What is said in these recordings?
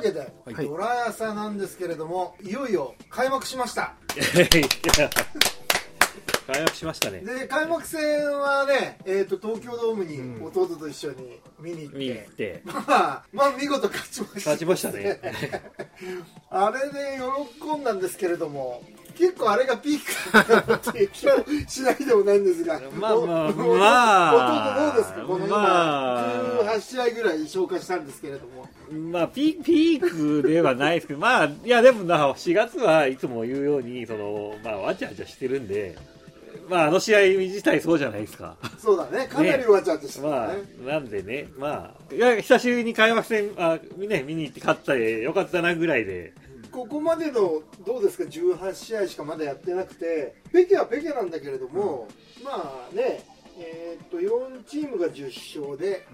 けで、ドラヤサなんですけれども、いよいよ開幕しました。 開幕しましたねで、開幕戦はね、えっ、と、東京ドームに弟と一緒に見に行って、見に行ってまあ、まあ、見事勝ちました。勝ちましたね あれで喜んだんですけれども、結構あれがピークかなっていう気はしないでもないんですが、まあまあおおまあ弟どうですか、この今、まあ18試合ぐらい消化したんですけれども、まあピピークではないですけどまあいやでもな4月はいつも言うようにそのまあわちゃわちゃしてるんでまああの試合自体そうじゃないですかそうだね、かなりわちゃわちゃしてたね。まあ、なんでね、まあ、いや、久しぶりに開幕戦、あ、ね、見に行って勝ったで、よかったなぐらいで、ここまでのどうですか18試合しかまだやってなくてペケはペケなんだけれども、まあねえーっと4チームが10勝で、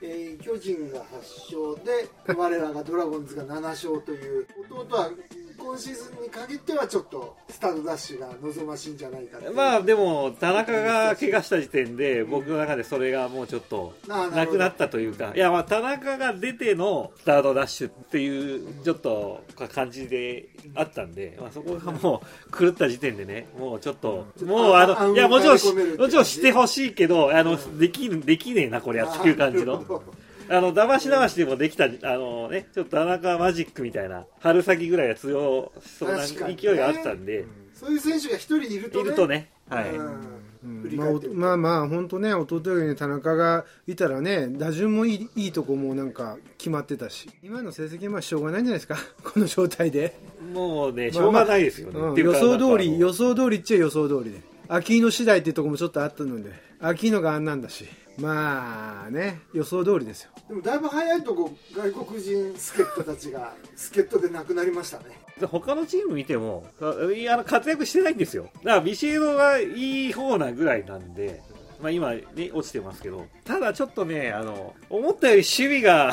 えー巨人が8勝で我らがドラゴンズが7勝という弟は今シーズンに限ってはちょっとスタートダッシュが望ましいんじゃないかっていうまあ、でも、田中が怪我した時点で、僕の中でそれがもうちょっと、あーななるほくどなったというか、いや、まあ、田中が出てのスタートダッシュっていう、ちょっと、感じであったんで、まあ、そこがもう、狂った時点でね、もうちょっと、もう、あああの、いや、もちろんし、追い込めるって感じもちろんしてほしいけど、あの、できる、できねえな、こりゃ、っていう感じあーなのる。ほどあの、騙し騙しでもできた、あのね、ちょっと田中マジックみたいな、春先ぐらいは通用しそうな確かにね勢いがあったんで、そういう選手が1人いるといねるとね、はい。ううんん振りまあ返っおてみてまあまあ本当ね弟よりね田中がいたらね打順もいいいいとこもなんか決まってたし今の成績はまあしょうがないんじゃないですか この状態で、もうね、しまあょうがないですよね。うっんていう予か想通なんりか予想通りっちゃ予想通りで秋の次第っていうとこもちょっとあったので秋のがあんなんだしまあね予想通りですよでもだいぶ早いとこ外国人助っ人たちが助っ人でなくなりましたねあの他のチーム見ても、あいやあの活躍してないんですよ。だから、ビシエドがいい方なぐらいなんで、まあ今ね、落ちてますけど、ただちょっとね、あの、思ったより守備が、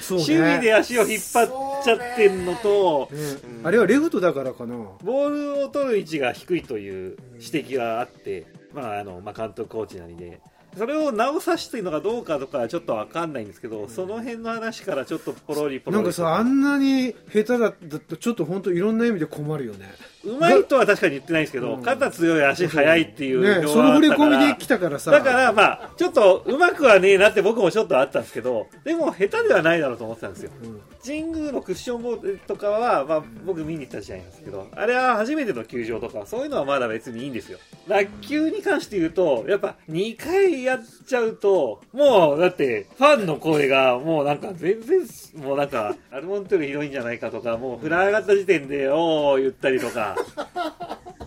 そうね守備で足を引っ張っちゃってんのと、うんあれはレフトだからかなボールを取る位置が低いという指摘があって、まああのまあ、監督、コーチなりで、それを直さしてるのかどうかとかはちょっとわかんないんですけど、その辺の話からちょっとポロリポロなリんかさあんなに下手だったとちょっと本当いろんな意味で困るよねうまいとは確かに言ってないんですけど、うん肩強い、足速いっていうね評そ判のあっ振りたから込みで来たからさだから、まあ、ちょっとうまくはねえなって僕もちょっとあったんですけど、でも下手ではないだろうと思ってたんですよ。うん神宮のクッションボールとかは、まあ、僕見に行った試合なんですけど、あれは初めての球場とか、そういうのはまだ別にいいんですよ。打球に関して言うと、やっぱ2回やっちゃうと、もうだって、ファンの声がもうなんか全然、もうなんか、アルモンテル広いんじゃないかとか、もう振ら上がった時点で、おー言ったりとか、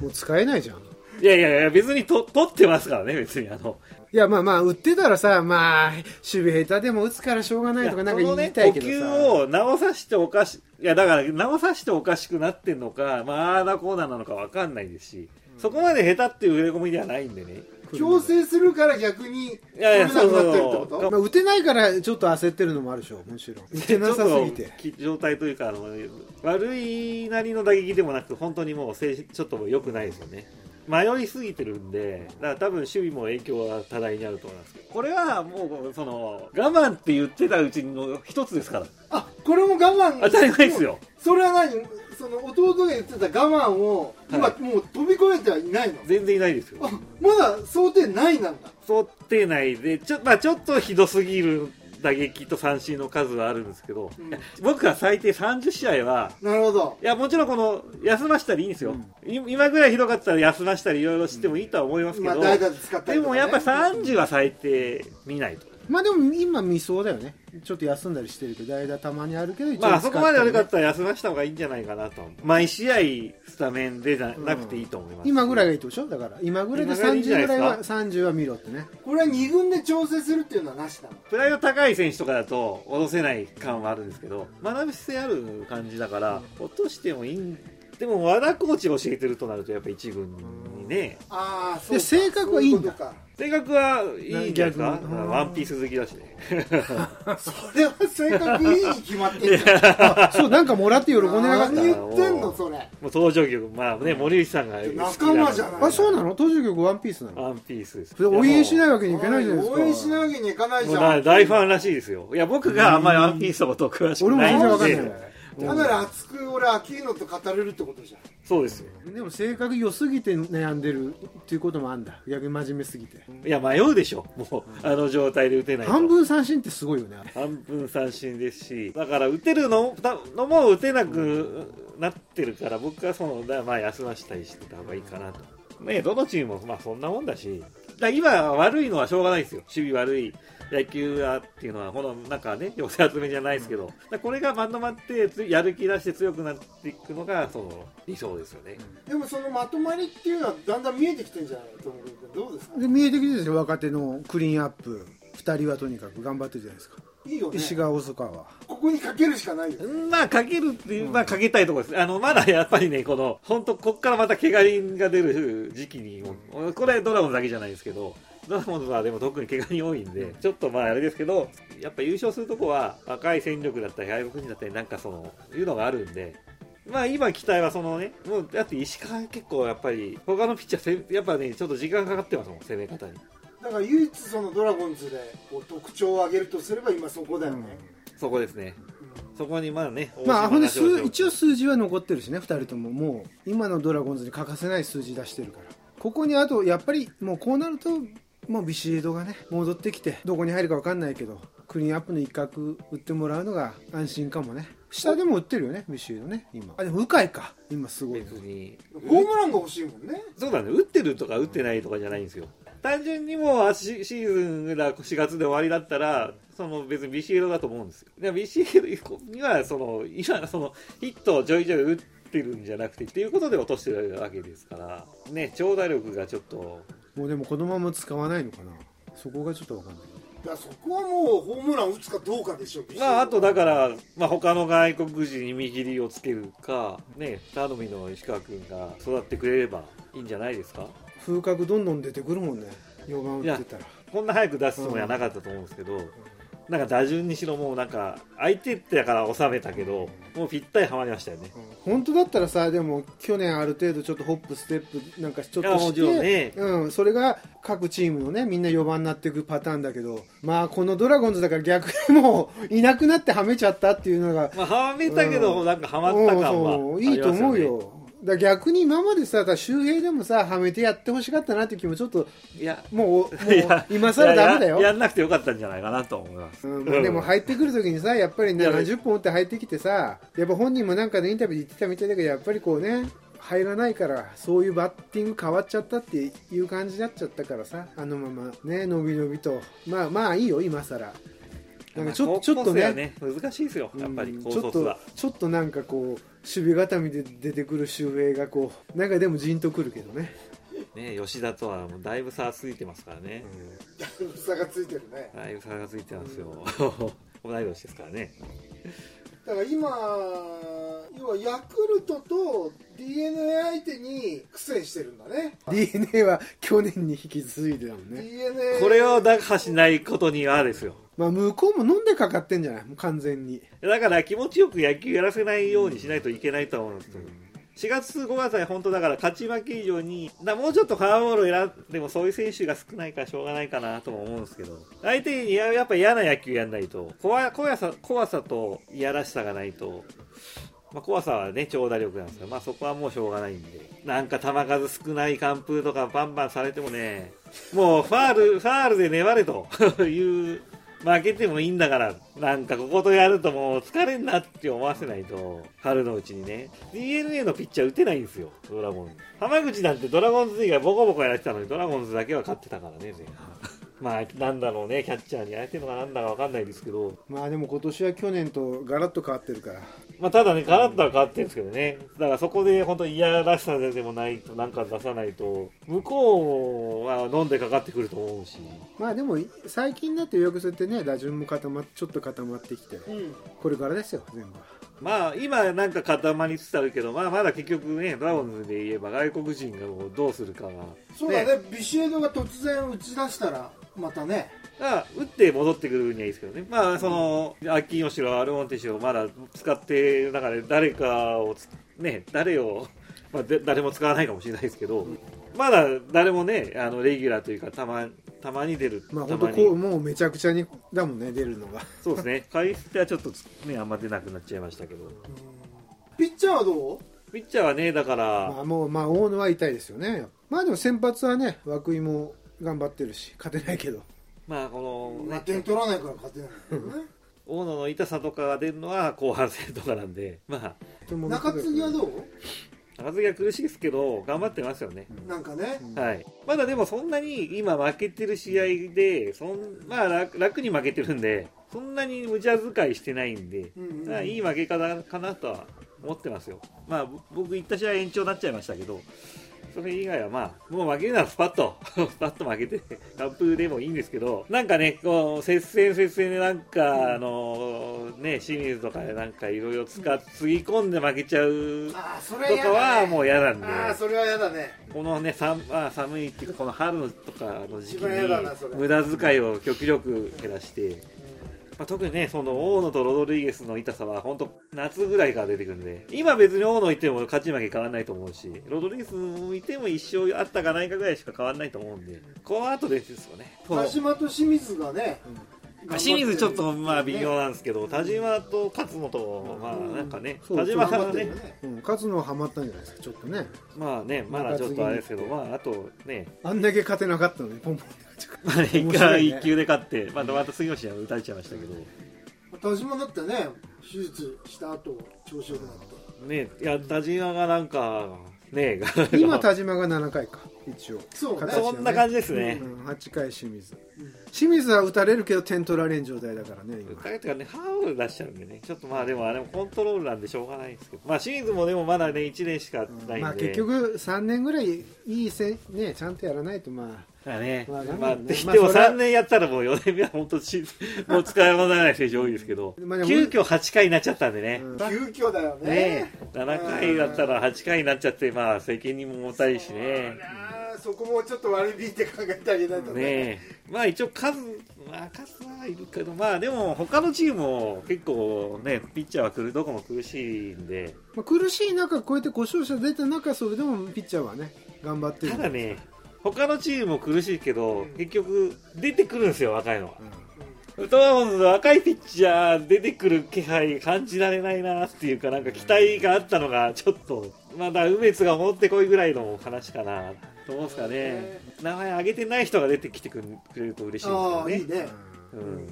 もう使えないじゃんいやいやいや、別にと取ってますからね、別にあの。いやまあまあ打ってたらさまあ守備下手でも打つからしょうがないとかなんか言いたいけどいやこさのね、呼吸を直さしておかしいやだから直さしておかしくなってんのかまああーなこうななのかわかんないですし、そこまで下手っていう触れ込みではないんでね強制するから逆にいやいや取れなくなってるってことそうまあ、打てないからちょっと焦ってるのもあるでしょむしろ打てなさすぎてちょっと状態というかあの悪いなりの打撃でもなく本当にもう精神ちょっと良くないですよね迷いすぎてるんでだから多分守備も影響は多大にあると思いますけどこれはもうその我慢って言ってたうちの一つですからあこれも我慢当たり前ですよそれは何その弟が言ってた我慢を今、はいもう飛び越えてはいないの全然いないですよあまだ想定内なんだ想定内でちょ,、まあ、ちょっとひどすぎる打撃と三振の数はあるんですけど、んいや僕は最低30試合はなるほどいやもちろんこの休ましたらいいんですよ、い今ぐらいひどかったら休ましたりいろいろしてもいいとは思いますけまど、あ代打で使ったでりとか、もね、やっぱ30は最低見ないと、まあでも今未走だよねちょっと休んだりしてるけど代打たまにあるけど一応まああそこまで悪かっ使たら休ました方がいいんじゃないかなと毎試合スタメンでじゃなくていいと思います、てね今ぐらいいがいいってことでしょだから今ぐらいで今ぐらいでいいんじゃ30ないぐでらすいかは30は見ろってねこれは2軍で調整するっていうのはなしなのプライド高い選手とかだと落とせない感はあるんですけど学び性ある感じだから落としてもいいんでも和田コーチが教えてるとなるとやっぱ一軍にねああそうで性格はいいんだそういうこ性格はいいんじゃないですか逆にうんワンピース好きだしね とかそれは性格いいに決まってるあそうなんかもらって喜んでなかっ何た言ってんのそれもう登場曲まあね森内さんが好きな仲間じゃないあそうなの登場曲ワンピースなのワンピースですそれ応援しないいわけにいかないじゃないですか応援しないわけにいかないもじうもうゃなん大ファンらしいですよいや僕があんまりワンピースのこと詳しく俺もない全然わんかんでないかなり熱く俺アキーノと語れるってことじゃんそうですよでも性格良すぎて悩んでるっていうこともあるんだ逆に真面目すぎていや迷うでしょもうあの状態で打てないと半分三振ってすごいよねあれ半分三振ですしだから打てるのだのも打てなくなってるから僕はそのだまあ休ましたりしてた方がいいかなと、ね、どのチームもまあそんなもんだしだ今悪いのはしょうがないですよ守備悪い野球はっていうのはこのなんかね寄せ集めじゃないですけど、だこれがまとまってつやる気出して強くなっていくのがその理想ですよね、でもそのまとまりっていうのはだんだん見えてきてんじゃないと思うけどどうですかで見えてきてるでしょ若手のクリーンアップ2人はとにかく頑張ってるじゃないですかいいよね石川細川はここにかけるしかないよまあ、かけるっていう、まあ、かけたいところです。あの、まだやっぱりね、この、本当こっからまた怪我人が出る時期にも、これドラゴンズだけじゃないですけど、ドラゴンズはでも特に怪我人多いんで、ちょっとまあ、あれですけど、やっぱ優勝するとこは、若い戦力だったり、外国人だったり、なんかその、いうのがあるんで、まあ今期待はそのね、もうだって石川結構やっぱり、他のピッチャーせ、やっぱね、ちょっと時間かかってますもん、攻め方に。だから唯一そのドラゴンズでこう特徴を挙げるとすれば今そこだよね、そこですね。そこにまだね、まあほんで大島が数一応数字は残ってるしね2人とももう今のドラゴンズに欠かせない数字出してるからここにあとやっぱりもうこうなるともうビシエドがね戻ってきてどこに入るか分かんないけどクリーンアップの一角打ってもらうのが安心かもね下でも打ってるよねビシエドね今あでも鵜飼か今すごい別に。ホームランが欲しいもんねそうだね、打ってるとか打ってないとかじゃないんですよ。単純にもうあシシーズンが4月で終わりだったら、その別にビシエドだと思うんですよ。でビシエドには、その、今、その、ヒットをちょいちょい打ってるんじゃなくて、っていうことで落としてるわけですから、ね、長打力がちょっと、もうでもこのまま使わないのかなそこがちょっと分かんないだからそこはもうホームラン打つかどうかでしょうまあ、あとだ からら、まあ、他の外国人に見切りをつけるか、ね、頼みの石川君が育ってくれればいいんじゃないですか風格どんどん出てくるもんね4番打ってたらこんな早く出すつもりはなかったと思うんですけど、なんか打順にしろもうなんか相手ってだから収めたけど、もうぴったりはまりましたよね。本当だったらさでも去年ある程度ちょっとホップステップなんかちょっいやともしちろんて、ねうん、それが各チームのねみんな4番になっていくパターンだけどまあこのドラゴンズだから逆にもういなくなってはめちゃったっていうのがまあはめたけど、うんなんかはまった感は、うんそういいと思う。よだから逆に今までさ周平でもさはめてやってほしかったなって気もちょっといや、もうもいやう今更ダメだいよやややんなくてよかったんじゃないかなと思います。うんまあでも入ってくるときにさやっぱりやべ70本打って入ってきてさやっぱ本人もなんかでインタビューで言ってたみたいだけどやっぱりこうね入らないからそういうバッティング変わっちゃったっていう感じになっちゃったからさあのままね伸び伸びとまあまあいいよ今更なんかちまょあちょっと高校生はね難しいですよ、やっぱりうん高ちょっ卒はと。ちょっとなんかこう守備固めで出てくる周平がこうなんかでもじんとくるけどね、ね、吉田とはもうだいぶ差がついてますからね。差がついてるねだいぶ差がついてますよ。 同い年ですからね。だから今要はヤクルトと d n a 相手に苦戦してるんだね d n a は去年に引き継いでたもんね d n a これを打破しないことにはですよ。まあ向こうも飲んでかかってんじゃないもう完全にだから気持ちよく野球やらせないようにしないといけないとは思うんですけど、4月、5月は本当だから勝ち負け以上に、なもうちょっとフォアボールを選んでもそういう選手が少ないからしょうがないかなとも思うんですけど、相手にややっぱ嫌な野球やんないと、怖怖さ怖さといやらしさがないと、まあ、怖さはね、長打力なんですけど、まあそこはもうしょうがないんで、なんか球数少ない完封とかバンバンされてもね、もうファール、ファールで粘れと いう、負けてもいいんだから、なんかこことやるともう疲れんなって思わせないと、春のうちにね。DNA のピッチャー打てないんですよ、ドラゴンズ。浜口なんてドラゴンズ以外ボコボコやられてたのに、ドラゴンズだけは勝ってたからね、前半。まあ、なんだろうね、キャッチャーに相手のがなんだかわかんないですけど、まあでも今年は去年とガラッと変わってるからまあ、ただね、ガラッとは変わってるんですけどね。だからそこで本当に嫌らしさでもないと、なんか出さないと、向こうは飲んでかかってくると思うし。まあでも最近だって予約制ってね打順も固まっちょっと固まってきてうんこれからですよ全部はまあ、今なんか固まりつつあるけど、まあ、まだ結局ね、ドラゴンズで言えば外国人がもうどうするかが。そうだねビシエドが突然打ち出したらまたねまあ、打って戻ってくる分にはいいですけどね。まあ、その、アッキーノしろ、アルモンテしろ、まだ使ってる中で誰かをつ、ね、誰を、まあ、で誰も使わないかもしれないですけど、まだ誰もね、あの、レギュラーというか、たま、たまに出る。まあた本ま当こうに。もうめちゃくちゃにだもんね出るのがそうですね。回数はちょっとね、あんま出なくなっちゃいましたけど。ピッチャーはどうピッチャーはね、だから、まあもうまあ大野は痛いですよねまあでも先発はね涌井も頑張ってるし勝てないけどまあこの、まあね、点取らないから勝てないけどね大野の痛さとかが出るのは後半戦とかなんで、まあ、とても中継ぎはどう中継ぎは苦しいですけど、頑張ってますよね。なんかねうんはい、まだでもそんなに今負けてる試合でそん、まあ、楽楽に負けてるんでそんなに無茶遣いしてないんで、うんうんまあいい負け方かなとは思ってますよ、まあ、ぼ僕行った試合延長になっちゃいましたけどそれ以外はまあもう負けるならスパッと スパッと負けて完封でもいいんですけどなんかねこう接戦接戦でなんかあのね清水とかでなんかいろいろつかつぎ込んで負けちゃうああそれはと嫌かはだねもう嫌なんで。ああそれは嫌だねこのね寒あ寒いっていうかこの春とかの時期一番嫌だなそにれ無駄遣いを極力減らして、まあ、特にねその大野とロドリゲスの痛さは本当夏ぐらいから出てくるんで今別に大野いても勝ち負け変わんないと思うしロドリゲスいても一生あったかないかぐらいしか変わんないと思うんでこの後ですよねこの田島と清水がねまあ清水ちょっとまあ微妙ねなんですけど田島と勝野とまあなんかねそう田島さん頑張はってるねよねうん、勝つのはハマったんじゃないですかちょっとねまあねまだちょっとあれですけどまああとねあんだけ勝てなかったのにポンポンって勝ちまあね、一面白回いね一球で勝って、またまた杉吉は打たれちゃいましたけど、田島だってね手術した後調子良くなってね、いや、田島がなんか、 ね、今田島が7回か一応そうね形はそんな感じですねう。ん、8回清水ん清水は打たれるけど点取られん状態だからね打今たれてからね、ファウル出しちゃうんでね、ちょっとまあでも、あれもコントロールなんでしょうがないですけど、まあ清水もでもまだね、1年しかないんで、まあ結局3年ぐらいいいせねちゃんとやらないとままあね、まあまあ、できまあてもそれは3年やったらもう4年目は本当し、もう使い物ない選手多いですけど、まあでも急遽8回になっちゃったんであ、ね。うん急遽だよねね、7回だったら8回になっちゃって、まあ、責任も重たいしね。あーそこもちょっと割り引いて考えてあげないとねねえまあ一応数、まあ、数はいるけど、まあでも他のチームも結構ね、ピッチャーは来るどこも苦しいんで、まあ、苦しい中こうやって故障者出た中それでもピッチャーはね頑張ってるただね、他のチームも苦しいけど、結局出てくるんですよ、若いのはう。んドラゴンズの若いピッチャー出てくる気配感じられないなっていうか、なんか期待があったのが、ちょっと、まだ梅津が持ってこいぐらいの話かな、と思うんですかね。名前挙げてない人が出てきてくれると嬉しいですあよあねいい。ねうん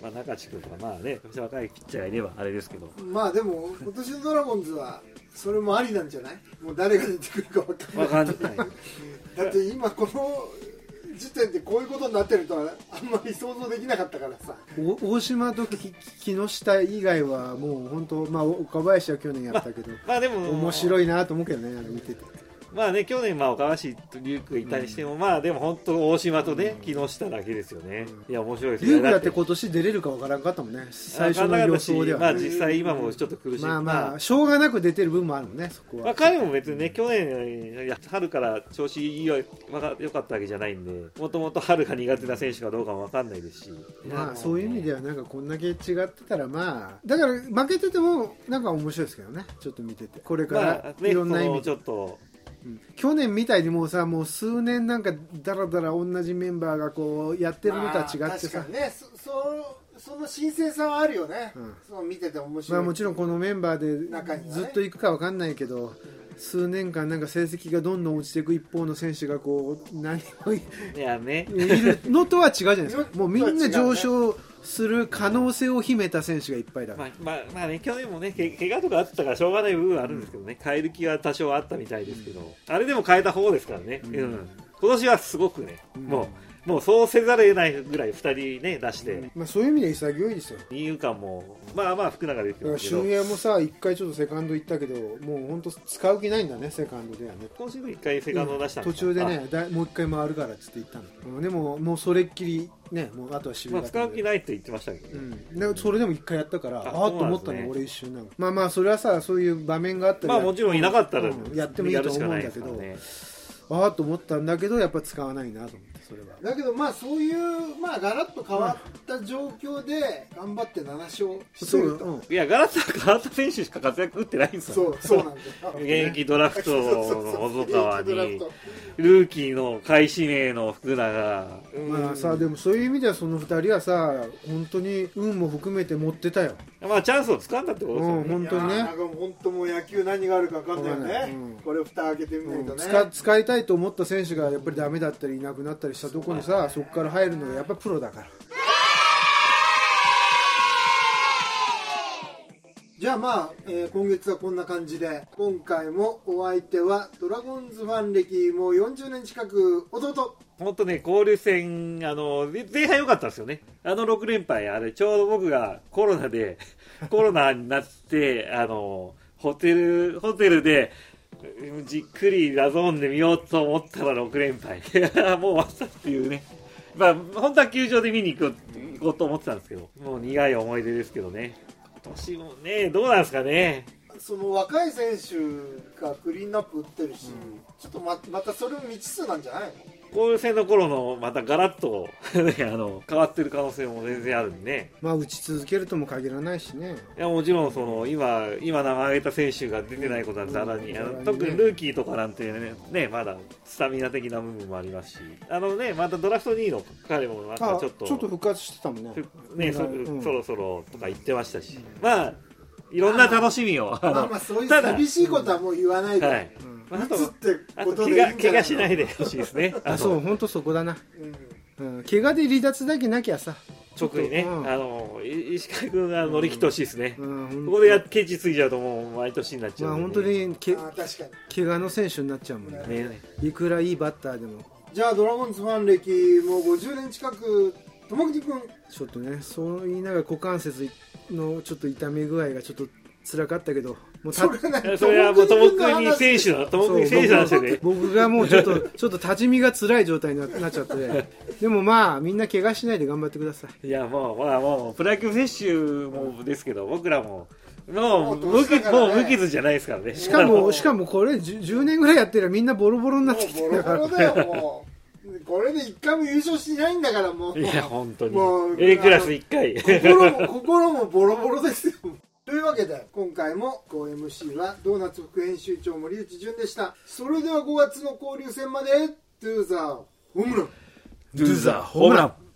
まあ、中地君とか、まあね、若いピッチャーがいればあれ ですけど、まあでも今年のドラゴンズはそれもありなんじゃないもう誰が出てくるか分かんないわかんない、だって今この時点でこういうことになってるとはあんまり想像できなかったからさお大島とき木下以外はもう本当まあ岡林は去年やったけど、まあでも、面白いなと思うけどねあれ見ててまあね、去年、まあ岡林と龍空がいたりしても、まあでも本当、大島とね、木下だけですよね、いや、面白いです龍ね、空だって今年出れるかわからんかったもんね最最初初のの予予想想ででは、まあね、実際、今もちょっと苦しい、まあまあしょうがなく出てる分もあるもんねそこまあは彼も別にね、去年、いや春から調子いいよまあ良かったわけじゃないんで、もともと春が苦手な選手かどうかも分かんないですし、まあそういう意味では、はなんかこんだけ違ってたらまあだから負けててもなんか面白いですけどねちょっと見ててこれかまあらね、いころんな意の味ちで、ょっと、うん去年みたいにもうさもう数年なんかだらだら同じメンバーがこうやってるのとは違まあってさ、確かにねそそその新鮮さはあるよね、うんその見てて面白い、まあ、もちろんこのメンバ中ーにではねずっと行くか分かんないけど、数年間なんか成績がどんどん落ちていく一方の選手がこう何をいいやね、るのとは違うじゃないですかもうみんなちょっと違う上ね昇する可能性を秘めた選手がいっぱいだかまら、あ、まあ、まあね、去年もね、け怪我とかあったからしょうがない部分はあるんですけどね、変える気は多少あったみたいですけど、あれでも変えた方ですからね、うん。今年はすごくね、もう、もうそうせざるを得ないぐらい2人ね、出して、まあ、そういう意味では潔いですよ二遊間も、まあまあ、福永で言ってだかまらすけど俊、也もさ一回ちょっとセカンド行ったけどもう本当使う気ないんだねセカンドではね今シーズン1回セカンドを出したん途すよ中で、ねだいもう一回回るからっつって行ったの、うんでももうそれっきりねもうあとはあま守備あ、だ使う気いないって言ってましたけどね、うん、でそれでも一回やったからあああーと思ったそうなんですの、ね俺一瞬なんかまあまあそれはさそういう場面があったらまあもちろんいなかったら、うんやってもいいやると思うんだけど、しかないですからねああと思ったんだけどやっぱ使わないなと思ってそれはだけどまあそういうまあガラッと変わった状況で頑張って7勝してると、うんいや、ガラスは変わった選手しか活躍打ってないんですそよ。うそうなんだよ現役ドラフトの細川に現役ドラフルーキーの開始名の福永。トまあさうんでもそういう意味ではその2人はさ本当に運も含めて持ってたよまあ、チャンスを掴んだってことですよね。うん本当にねいやーなんかもう本当もう野球何があるか分かんないよね、うんこれ蓋開けてみないとね、使使いたいと思った選手がやっぱりダメだったりいなくなったりしたところにさそこから入るのがやっぱプロだからじゃあまあ、えー今月はこんな感じで今回もお相手はドラゴンズファン歴もう40年近く弟本当ね、交流戦、あの、ぜ前半良かったんですよね。あの6連敗、あれ、ちょうど僕がコロナで、 コロナになって、あの、ホテル、ホテルで、うんじっくりラゾーンで見ようと思ったら6連敗。 もう終わったっていうね。まあ、本当は球場で見に行こう行こうと思ってたんですけど、もう苦い思い出ですけどね。今年もね、どうなんですかね。その若い選手がクリーンナップ打ってるし、ちょっとままたそれも未知数なんじゃないの交流戦の頃の、またガラッと、 ね、あの、変わってる可能性も全然あるんでね。まあ打ち続けるとも限らないしねいやもちろんその今、今名前挙げた選手が出てないことはざらに、うんあざらにのね特にルーキーとかなんてね、ねまだスタミナ的な部分もありますし、あのね、またドラフト2位の彼もなんかあちょっと、復活してたもんねねそうんそろそろとか言ってましたし、まあ、いろんな楽しみを、あまあのまあそういうただ寂しいことはもう言わないで、はい、まああ打とつってあこととで怪我怪我しじゃないのでほしいですね。ああのそう本当そこだな、うんうん、怪我で離脱だけなきゃさ特にね、うんあのい石川君が乗り切ってほしいですね。うんここでやケチついちゃうともう毎年になっちゃまあうんで本当にけあー確かに怪我の選手になっちゃうもんねねいくらいいバッターでもじゃあドラゴンズファン歴もう50年近く友口君ちょっとねそう言いながら股関節のちょっと痛み具合がちょっと辛かったけどもうたそれはねそれはもう、ともく友久君にの話選手だ、ともくに選手なんですよね。僕がもうちょっと ちょっと立ち見が辛い状態にななっちゃってでもまあみんな怪我しないで頑張ってくださいいや、もう、まあ、もう、プロ野球選手もですけど、僕らも、もう、もう無年だ傷、からねもう無傷じゃないですからね。しかももうしかもこれ 10, 10年ぐらいやってりゃみんなボロボロになっもてうきてボるロボからロだよもうこれで一回も優勝しないんだからもう いや、本当にもう。 A クラス1回。心も心もボロボロですよというわけで今回も MC はドーナツ副編集長森内潤でしたそれでは5月の交流戦までトゥーザーホームランドゥーザー、ホームラン。